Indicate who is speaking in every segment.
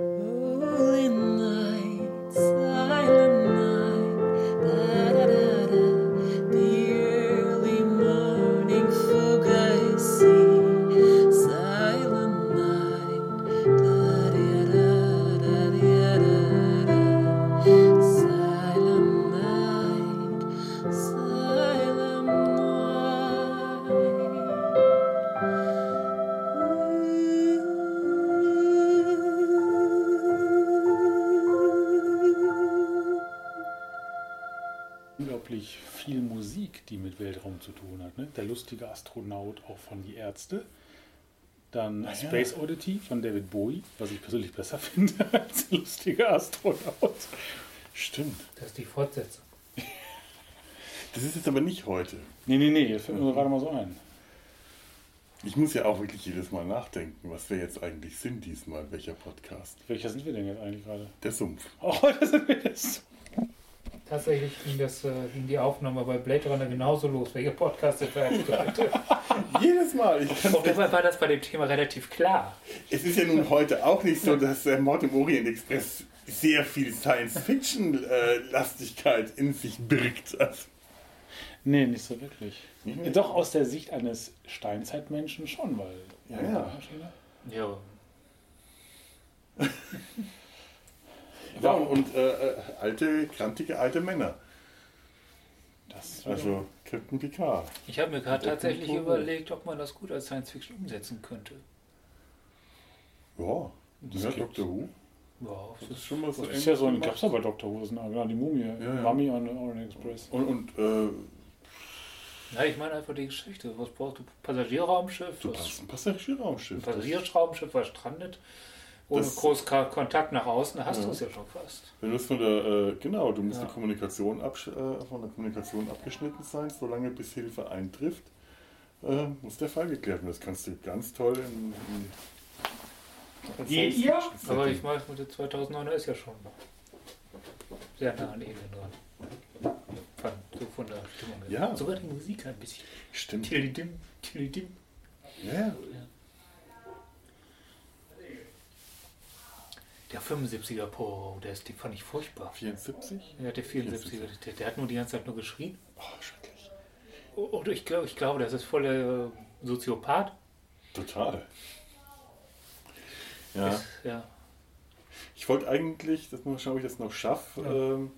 Speaker 1: Holy night, silent night, da-da-da-da. The early morning fog I see. Silent night, da-da-da-da-da-da-da. Silent night, silent night.
Speaker 2: unglaublich viel Musik, die mit Weltraum zu tun hat. Ne? Der lustige Astronaut auch von Die Ärzte. Dann
Speaker 3: Ah, ja.
Speaker 2: Space Oddity von David Bowie, was ich persönlich besser finde als lustiger Astronaut.
Speaker 3: Stimmt.
Speaker 4: Das ist die Fortsetzung.
Speaker 3: Das ist jetzt aber nicht heute.
Speaker 2: Nee, nee, nee, das fällt mir gerade mal so ein.
Speaker 3: Ich muss ja auch wirklich jedes Mal nachdenken, was wir jetzt eigentlich sind diesmal, welcher Podcast.
Speaker 2: Welcher sind wir denn jetzt eigentlich gerade?
Speaker 3: Der Sumpf.
Speaker 2: Oh, das sind wir das.
Speaker 4: Tatsächlich ging, das, äh, ging die Aufnahme bei Blade Runner genauso los, welche Podcast sind wir eigentlich heute?
Speaker 3: Jedes Mal. Ich kann's nicht.
Speaker 4: Dabei war das bei dem Thema relativ klar.
Speaker 3: es ist ja nun heute auch nicht so, dass der Mord im Orient Express sehr viel Science-Fiction-Lastigkeit in sich birgt. Also,
Speaker 2: Nee, nicht so wirklich.
Speaker 3: Mhm.
Speaker 2: Doch aus der Sicht eines Steinzeitmenschen schon, weil. ne?
Speaker 3: Ja, ja.
Speaker 4: Ja.
Speaker 3: ja, und äh, äh, alte, krantige alte Männer.
Speaker 2: Das
Speaker 3: Also Captain Picard.
Speaker 4: Ich habe mir gerade
Speaker 3: Das
Speaker 4: tatsächlich
Speaker 3: klingt gut.
Speaker 4: überlegt, ob man das gut als Science Fiction umsetzen könnte.
Speaker 3: Ja,
Speaker 2: Das
Speaker 3: ja
Speaker 2: gibt's.
Speaker 3: Dr. Who.
Speaker 4: Wow,
Speaker 3: Das ist schon mal so
Speaker 2: Das ist ja so ein,
Speaker 3: ähnlich
Speaker 2: gab's ja bei Dr. Hosen, genau, die Mumie.
Speaker 3: Ja, ja.
Speaker 2: Mummy on the Orient Express.
Speaker 3: Und, und äh,
Speaker 4: Na, ich meine einfach die Geschichte. Was brauchst du? Passagierraumschiff?
Speaker 3: du
Speaker 4: was-
Speaker 3: brauchst ein Passagierraumschiff.
Speaker 4: Ein Passagierraumschiff was strandet. Ohne
Speaker 3: Das-
Speaker 4: groß Ka- Kontakt nach außen, da hast
Speaker 3: Ja.
Speaker 4: du es ja schon fast.
Speaker 3: Wenn du es von der, äh, genau, du musst
Speaker 4: Ja.
Speaker 3: die Kommunikation absch äh, von der Kommunikation abgeschnitten sein, solange bis Hilfe eintrifft, äh, muss der Fall geklärt werden. Das kannst du ganz toll in. in
Speaker 4: Geht ihr?
Speaker 3: Setting.
Speaker 4: Aber ich meine, mit der 2009er ist ja schon sehr nah an Alien dran. Fand so von der Stimmung her.
Speaker 3: Ja.
Speaker 4: Sogar die Musik ein bisschen.
Speaker 3: Stimmt.
Speaker 4: Tilidim, tilidim.
Speaker 3: Ja, ja.
Speaker 4: Der 75er Po, der ist, den fand ich furchtbar.
Speaker 3: 74?
Speaker 4: Ja, der 74er, der, der hat nur die ganze Zeit nur geschrien.
Speaker 3: Oh, schrecklich.
Speaker 4: Und ich glaube, ich glaube, das ist voll der äh, Soziopath.
Speaker 3: Total. Ja.
Speaker 4: Ja.
Speaker 3: Ich wollte eigentlich, das mal schauen, ob ich das noch schaffe, ähm,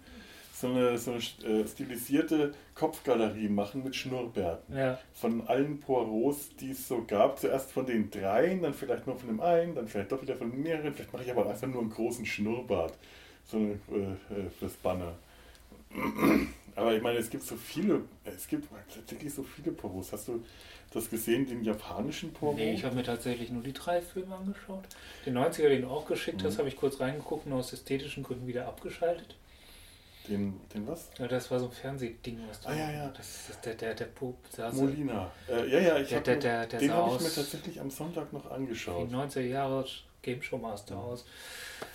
Speaker 3: so eine, so eine äh, stilisierte Kopfgalerie machen mit Schnurrbärten.
Speaker 4: ja.
Speaker 3: von allen Poirots, die es so gab. Zuerst von den dreien, dann vielleicht nur von dem einen, dann vielleicht doch wieder von mehreren. Vielleicht mache ich aber einfach nur einen großen Schnurrbart so eine, äh, äh, fürs Banner. Aber ich meine, es gibt so viele, es gibt tatsächlich so viele Poros. Hast du das gesehen, den japanischen Poro?
Speaker 4: Nee, ich habe mir tatsächlich nur die drei Filme angeschaut. Den 90er, den du auch geschickt
Speaker 3: Mhm.
Speaker 4: hast, habe ich kurz reingeguckt und aus ästhetischen Gründen wieder abgeschaltet.
Speaker 3: den, den was?
Speaker 4: Ja, das war so ein Fernsehding, was du
Speaker 3: Ah, ja, ja.
Speaker 4: Das ist der, der, der Pop saß die
Speaker 3: Molina. Äh, ja, ja, ich
Speaker 4: Also Der-
Speaker 3: hab
Speaker 4: der-
Speaker 3: mir-
Speaker 4: der- der
Speaker 3: den
Speaker 4: sah
Speaker 3: habe ich
Speaker 4: aus- Genau.
Speaker 3: mir tatsächlich am Sonntag noch angeschaut.
Speaker 4: 90er Jahre Game Show Master aus.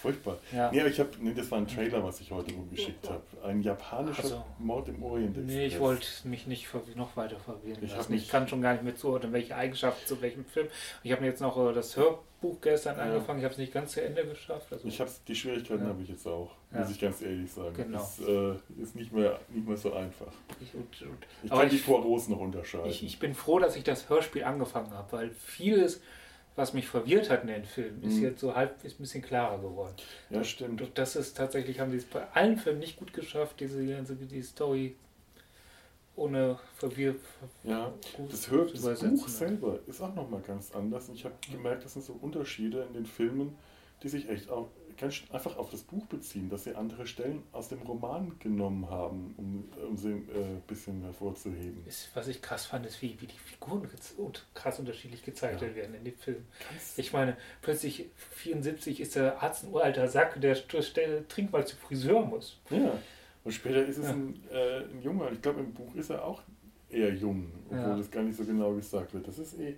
Speaker 3: Furchtbar.
Speaker 4: Ja.
Speaker 3: Nee, aber ich habe, nee, das war ein Trailer, was ich heute rumgeschickt habe. Ein japanischer
Speaker 4: Ach so.
Speaker 3: Mord im Orient.
Speaker 4: Nee, ich
Speaker 3: Express.
Speaker 4: wollte mich nicht ver- noch weiter verwirren
Speaker 3: Ich hab
Speaker 4: lassen.
Speaker 3: mich-
Speaker 4: Ich kann schon gar nicht mehr zuordnen, welche Eigenschaften zu welchem Film. Ich habe mir jetzt noch äh, das Hörbuch gestern
Speaker 3: Ja.
Speaker 4: angefangen. Ich habe es nicht ganz zu Ende geschafft. Also,
Speaker 3: Ich hab's, die Schwierigkeiten
Speaker 4: Ja.
Speaker 3: habe ich jetzt auch,
Speaker 4: Ja.
Speaker 3: muss ich ganz ehrlich sagen.
Speaker 4: Genau.
Speaker 3: Das äh, ist nicht mehr, nicht mehr so einfach.
Speaker 4: ich, und, und,
Speaker 3: Ich
Speaker 4: aber
Speaker 3: kann die
Speaker 4: ich,
Speaker 3: Poirots noch unterscheiden.
Speaker 4: ich, ich bin froh, dass ich das Hörspiel angefangen habe, weil vieles, was mich verwirrt hat in den Filmen, ist
Speaker 3: Mhm.
Speaker 4: jetzt so halb ist ein bisschen klarer geworden.
Speaker 3: ja, stimmt.
Speaker 4: Und das ist tatsächlich, haben sie es bei allen Filmen nicht gut geschafft, diese ganze die Story ohne Verwirr.
Speaker 3: Ja.
Speaker 4: gut
Speaker 3: Das, Hör,
Speaker 4: zu
Speaker 3: das
Speaker 4: übersetzen.
Speaker 3: Buch selber ist auch nochmal ganz anders. Und ich habe gemerkt, das sind so Unterschiede in den Filmen, die sich echt auch ganz sch- einfach auf das Buch beziehen, dass sie andere Stellen aus dem Roman genommen haben, um, um sie ein äh, bisschen hervorzuheben.
Speaker 4: Ist, was ich krass fand, ist, wie, wie die Figuren gez- und krass unterschiedlich gezeichnet werden in dem Film. Ich meine, plötzlich 74 ist der Arzt ein uralter Sack, der st- st- trinkt, weil zum Friseur muss.
Speaker 3: Ja. Und später ist es
Speaker 4: Ja.
Speaker 3: ein, äh, ein junger. Ich glaube, im Buch ist er auch eher jung, obwohl
Speaker 4: Ja.
Speaker 3: das gar nicht so genau gesagt wird. Das ist eh.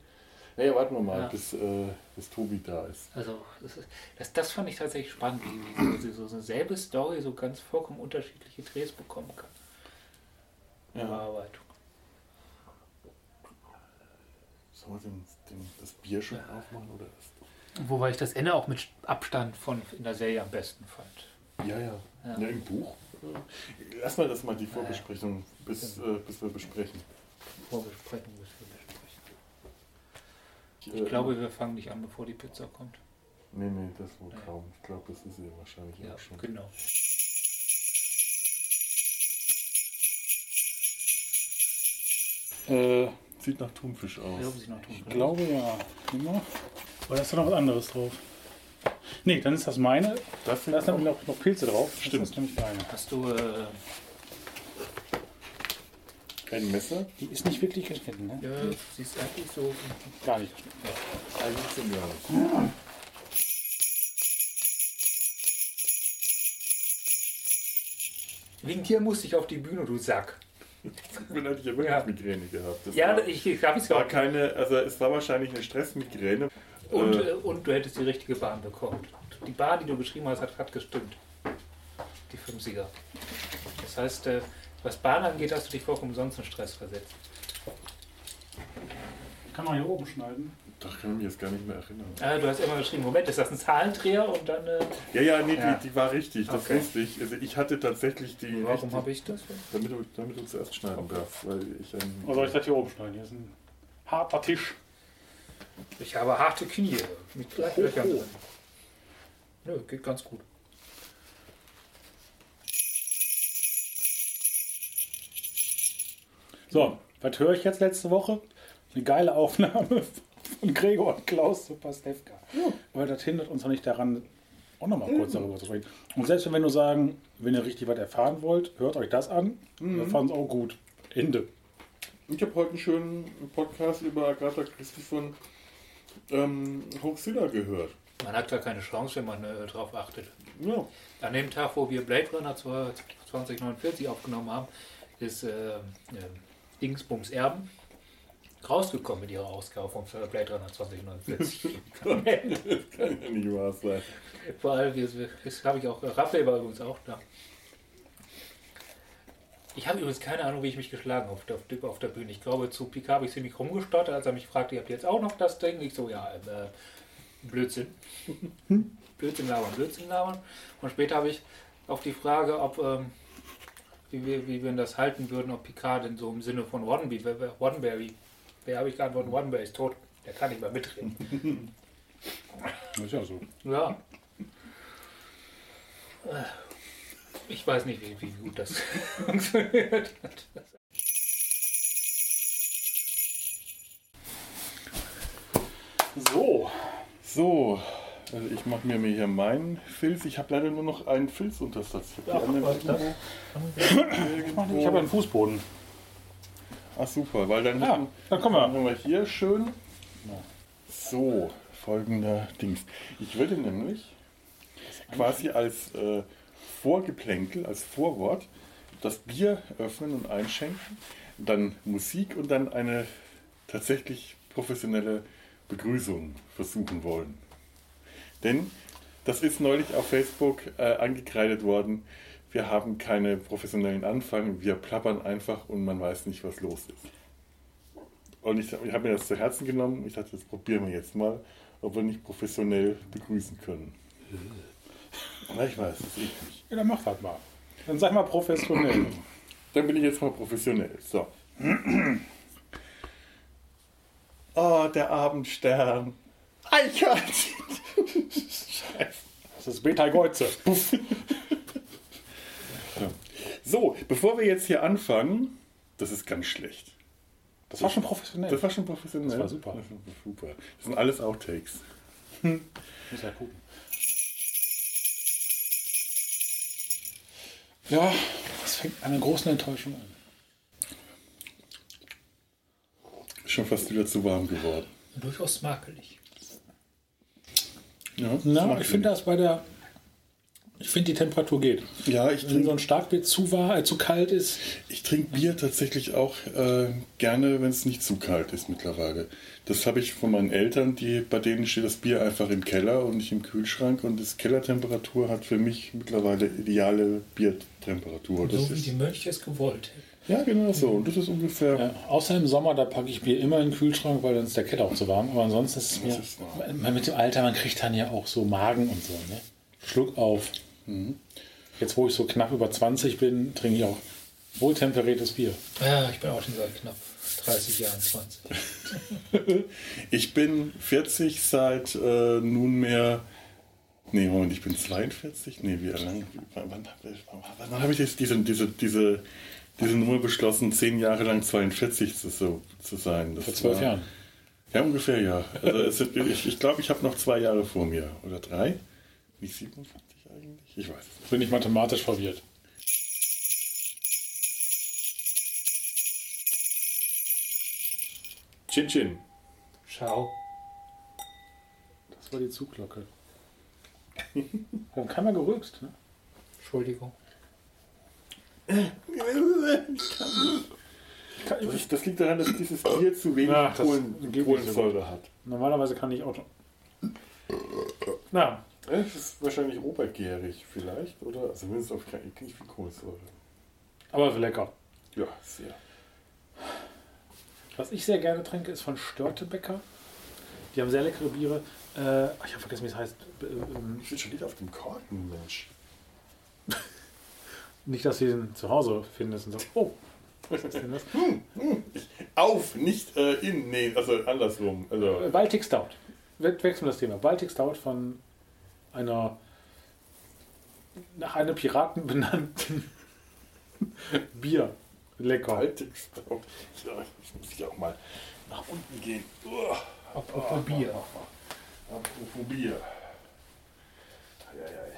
Speaker 3: Naja, warten wir mal,
Speaker 4: Ja.
Speaker 3: bis, äh, bis Tobi da ist.
Speaker 4: Also, das, ist- das, das fand ich tatsächlich spannend, wie, wie so- sie so eine selbe Story so ganz vollkommen unterschiedliche Drehs bekommen kann.
Speaker 3: Ja.
Speaker 4: Bearbeitung.
Speaker 3: Sollen wir den, den, das Bier schon aufmachen oder das?
Speaker 4: Wobei ich das Ende auch mit Abstand von in der Serie am besten fand.
Speaker 3: Ja, ja.
Speaker 4: Ja.
Speaker 3: ja Im Buch. Ja. Lass mal das mal die Vorbesprechung, bis,
Speaker 4: Genau.
Speaker 3: äh, bis wir besprechen.
Speaker 4: Bevor wir sprechen, müssen wir besprechen.
Speaker 3: äh,
Speaker 4: Ich glaube, wir fangen nicht an, bevor die Pizza kommt.
Speaker 3: Nee, nee, das wohl
Speaker 4: Ja.
Speaker 3: kaum. Ich glaube, das ist ihr wahrscheinlich
Speaker 4: Ja,
Speaker 3: auch schon.
Speaker 4: genau.
Speaker 2: Äh,
Speaker 3: Sieht nach Thunfisch aus.
Speaker 4: Ich glaube, sie noch tun
Speaker 2: Ich glaube ja. Genau. Oder ist da noch was anderes drauf? Nee, dann ist das meine.
Speaker 3: Das sieht
Speaker 2: Da ist
Speaker 3: auch-
Speaker 2: nämlich noch, noch Pilze drauf.
Speaker 3: Stimmt.
Speaker 2: Das ist nämlich deine.
Speaker 4: Hast du. Äh,
Speaker 3: ein Messer?
Speaker 2: Die ist nicht wirklich geschnitten, ne?
Speaker 4: ja, sie ist eigentlich so.
Speaker 2: Gar nicht geschnitten.
Speaker 3: Eigentlich so ja.
Speaker 4: Wegen dir musste ich auf die Bühne, du Sack.
Speaker 3: Ich bin eigentlich ja wirklich
Speaker 4: Ja.
Speaker 3: Migräne gehabt. Das
Speaker 4: Ja,
Speaker 3: war,
Speaker 4: ich, ich habe es
Speaker 3: es war
Speaker 4: gehabt.
Speaker 3: keine, also es war wahrscheinlich eine Stressmigräne.
Speaker 4: Und,
Speaker 3: äh,
Speaker 4: äh, und du hättest die richtige Bahn bekommen. Die Bahn, die du beschrieben hast, hat, hat gestimmt. Die 50er. Das heißt, äh, was Bahn angeht, hast du dich vollkommen umsonst in Stress versetzt.
Speaker 2: Kann man hier oben schneiden.
Speaker 3: da kann ich mich jetzt gar nicht mehr erinnern.
Speaker 4: Ah, du hast immer geschrieben, Moment, ist das ein Zahlendreher? Und dann, äh,
Speaker 3: Ja, ja, nee,
Speaker 4: Ja.
Speaker 3: Die, die war richtig, das
Speaker 4: Okay.
Speaker 3: wusste ich. Also ich hatte tatsächlich die.
Speaker 4: warum habe ich das?
Speaker 3: Damit du, damit du zuerst schneiden darfst, weil ich ein.
Speaker 4: Also,
Speaker 2: Oder soll ich das hier oben schneiden? Hier ist ein harter Tisch.
Speaker 4: Ich habe harte Knie mit Blechlöchern drin. Nö, geht ganz gut.
Speaker 2: So, was höre ich jetzt letzte Woche? Eine geile Aufnahme von Gregor und Klaus zu Pastewka. Aber das hindert uns ja nicht daran, auch nochmal kurz darüber zu reden. Und selbst wenn wir nur sagen, wenn ihr richtig was erfahren wollt, hört euch das an. Wir fanden es auch gut. Ende.
Speaker 3: Ich habe heute einen schönen Podcast über Agatha Christie von ähm, Hoaxilla gehört.
Speaker 4: Man hat gar keine Chance, wenn man äh, drauf achtet.
Speaker 3: Ja,
Speaker 4: An dem Tag, wo wir Blade Runner 2049 aufgenommen haben, ist äh, äh, Dingsbums Erben rausgekommen mit ihrer Ausgabe von Blade Runner 2049.
Speaker 3: kann ja nicht wahr sein.
Speaker 4: Vor allem, wir- wir- das habe ich auch, Raphael war übrigens auch da. Ich habe übrigens keine Ahnung, wie ich mich geschlagen habe auf der, auf der Bühne. Ich glaube, zu Picard habe ich ziemlich rumgestottert, als er mich fragte, ihr habt jetzt auch noch das Ding? Ich so, ja, äh, Blödsinn. Blödsinn labern, Blödsinn labern. Und später habe ich auf die Frage, ob, ähm, wie, wir, wie wir das halten würden, ob Picard denn so im Sinne von Roddenberry, Roddenberry, wer habe ich geantwortet, Roddenberry ist tot, der kann nicht mehr mitreden.
Speaker 2: Das ist ja so.
Speaker 4: Ja. Äh, Ich weiß nicht, wie, wie gut das funktioniert hat.
Speaker 2: So,
Speaker 3: So, also ich mache mir hier meinen Filz. Ich habe leider nur noch einen Filzuntersatz. Ich hab die anderen
Speaker 2: was ist das?
Speaker 3: irgendwo-
Speaker 2: ich habe einen Fußboden.
Speaker 3: Ach super, weil dann
Speaker 2: Ja,
Speaker 3: hätten-
Speaker 2: dann kommen
Speaker 3: machen
Speaker 2: wir.
Speaker 3: wir mal hier schön. So, folgender Dings. Ich würde nämlich quasi als äh, Vorgeplänkel, als Vorwort das Bier öffnen und einschenken, dann Musik und dann eine tatsächlich professionelle Begrüßung versuchen wollen. Denn das ist neulich auf Facebook äh, angekreidet worden. Wir haben keine professionellen Anfang, wir plappern einfach und man weiß nicht, was los ist. Und ich, ich habe mir das zu Herzen genommen. Ich dachte, das probieren wir jetzt mal, ob wir nicht professionell begrüßen können. Na, ich weiß es nicht.
Speaker 2: Ja, dann mach das mal. Dann sag mal professionell.
Speaker 3: Dann bin ich jetzt mal professionell. So. Oh, der Abendstern. Eichhörnchen. Scheiße.
Speaker 2: Das ist Beta Geuze.
Speaker 3: So, bevor wir jetzt hier anfangen, das ist ganz schlecht.
Speaker 2: Das war schon professionell.
Speaker 3: Das war schon professionell.
Speaker 2: Das war super.
Speaker 3: Das, war super. das sind alles Outtakes.
Speaker 2: muss ja gucken. Ja, das fängt eine große Enttäuschung an.
Speaker 3: Ist schon fast wieder zu warm geworden.
Speaker 4: Durchaus makelig.
Speaker 3: Ja, das
Speaker 2: Na,
Speaker 3: macht
Speaker 2: ich finde das bei der. Ich finde, die Temperatur geht.
Speaker 3: Ja, ich
Speaker 2: Wenn so
Speaker 3: trinke
Speaker 2: ein Starkbier zu war, äh, zu kalt ist,
Speaker 3: ich trink Bier tatsächlich auch äh, gerne, wenn es nicht zu kalt ist mittlerweile. Das habe ich von meinen Eltern, die, bei denen steht das Bier einfach im Keller und nicht im Kühlschrank. Und das Kellertemperatur hat für mich mittlerweile ideale Biertemperatur. Das
Speaker 4: So wie
Speaker 3: ist,
Speaker 4: die Mönche es gewollt hätten.
Speaker 3: Ja, genau so. Und das ist ungefähr.
Speaker 2: Ja, außer im Sommer, da packe ich Bier immer in den Kühlschrank, weil dann ist der Keller auch zu warm. Aber ansonsten ist es mir,
Speaker 3: ist wahr.
Speaker 2: man- mit dem Alter, man kriegt dann ja auch so Magen und so, ne? Schluck auf.
Speaker 3: Mhm.
Speaker 2: Jetzt, wo ich so knapp über 20 bin, trinke ich auch wohltemperiertes Bier.
Speaker 4: Ja, ich bin auch schon seit knapp 30 Jahren, 20.
Speaker 3: Ich bin 40 seit äh, nunmehr. Nee, Moment, ich bin 42? Nee, wie lange? Wann, wann, wann, wann habe ich jetzt diese, diese, diese, diese Nummer beschlossen, zehn Jahre lang 42 zu, so, zu sein? Das
Speaker 2: Vor zwölf
Speaker 3: war-
Speaker 2: Jahren.
Speaker 3: Ja, ungefähr, ja. Also es sind, ich ich glaube, ich habe noch zwei Jahre vor mir. Oder drei? Bin ich 57 eigentlich? Ich weiß es nicht.
Speaker 2: Bin ich mathematisch verwirrt.
Speaker 3: Chin Chin.
Speaker 4: Ciao.
Speaker 2: Das war die Zuglocke. Warum kann man gerülpst? Ne?
Speaker 4: Entschuldigung.
Speaker 3: Das, das liegt daran, dass dieses Tier zu wenig
Speaker 2: Ach, das
Speaker 3: Kohlen-
Speaker 2: geht nicht so gut.
Speaker 3: Kohlensäure hat.
Speaker 2: Normalerweise kann ich Auto. Na,
Speaker 3: Es ist wahrscheinlich obergärig vielleicht, oder? Also mindestens auf kein- nicht viel Kohlensäure.
Speaker 2: aber so lecker.
Speaker 3: Ja, sehr.
Speaker 2: Was ich sehr gerne trinke, ist von Störtebäcker. Die haben sehr leckere Biere. Äh, ich habe vergessen, wie es heißt. B- ähm,
Speaker 3: Ich bin schon wieder auf dem Korken, Mensch.
Speaker 2: Nicht, dass sie den zu Hause findest und sagst, oh, was ist denn das?
Speaker 3: Auf, nicht äh, in, nee, also andersrum. Also,
Speaker 2: Äh, Baltic Stout. We wechseln wir das Thema. Baltic Stout von einer nach einem Piraten benannten Bier. Lecker.
Speaker 3: Baltic Stout. Ja, halt, ich muss hier auch mal nach unten gehen. Uah,
Speaker 4: Apropos Bier.
Speaker 3: Apropos Bier. Eieiei.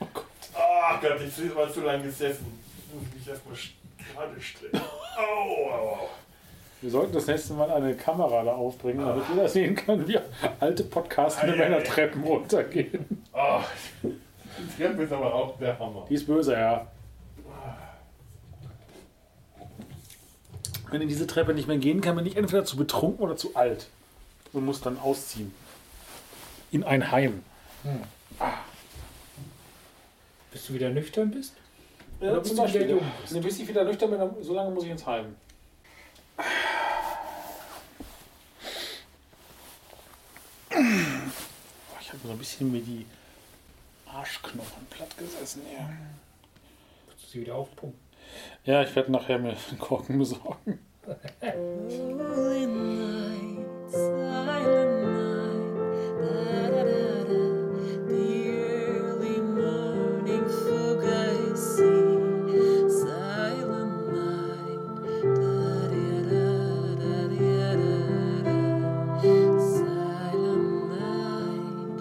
Speaker 2: Oh Gott.
Speaker 3: Ah Gott, ich sitze mal zu lange gesessen. Ich muss mich erstmal gerade strecken. Au, au, au.
Speaker 2: Wir sollten das nächste Mal eine Kamera da aufbringen, damit jeder sehen kann, wie alte Podcasts mit
Speaker 3: Ei, ei,
Speaker 2: meiner
Speaker 3: ei.
Speaker 2: Treppen runtergehen.
Speaker 3: Ah, die Treppe ist aber auch der Hammer.
Speaker 2: Die ist böse, ja. Wenn in diese Treppe nicht mehr gehen kann, bin ich entweder zu betrunken oder zu alt und muss dann ausziehen. In ein Heim.
Speaker 4: Bist du wieder nüchtern bist?
Speaker 2: Ja,
Speaker 4: bis du wieder jung
Speaker 2: Nee, bis ich wieder nüchtern bin, dann- so lange muss ich ins Heim. Boah, Ich habe so ein bisschen mir die Arschknochen platt gesessen. Ja,
Speaker 4: Bist du sie wieder aufpumpen?
Speaker 2: ja ich werde nachher mir einen Korken besorgen.
Speaker 1: Holy night, silent night, da-da-da-da. The early morning fog I see. Silent night, da-da-da-da-da-da. Silent night,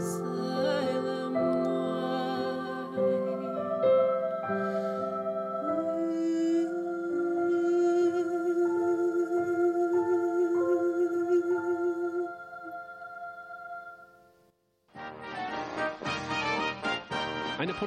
Speaker 1: silent night.
Speaker 5: Eine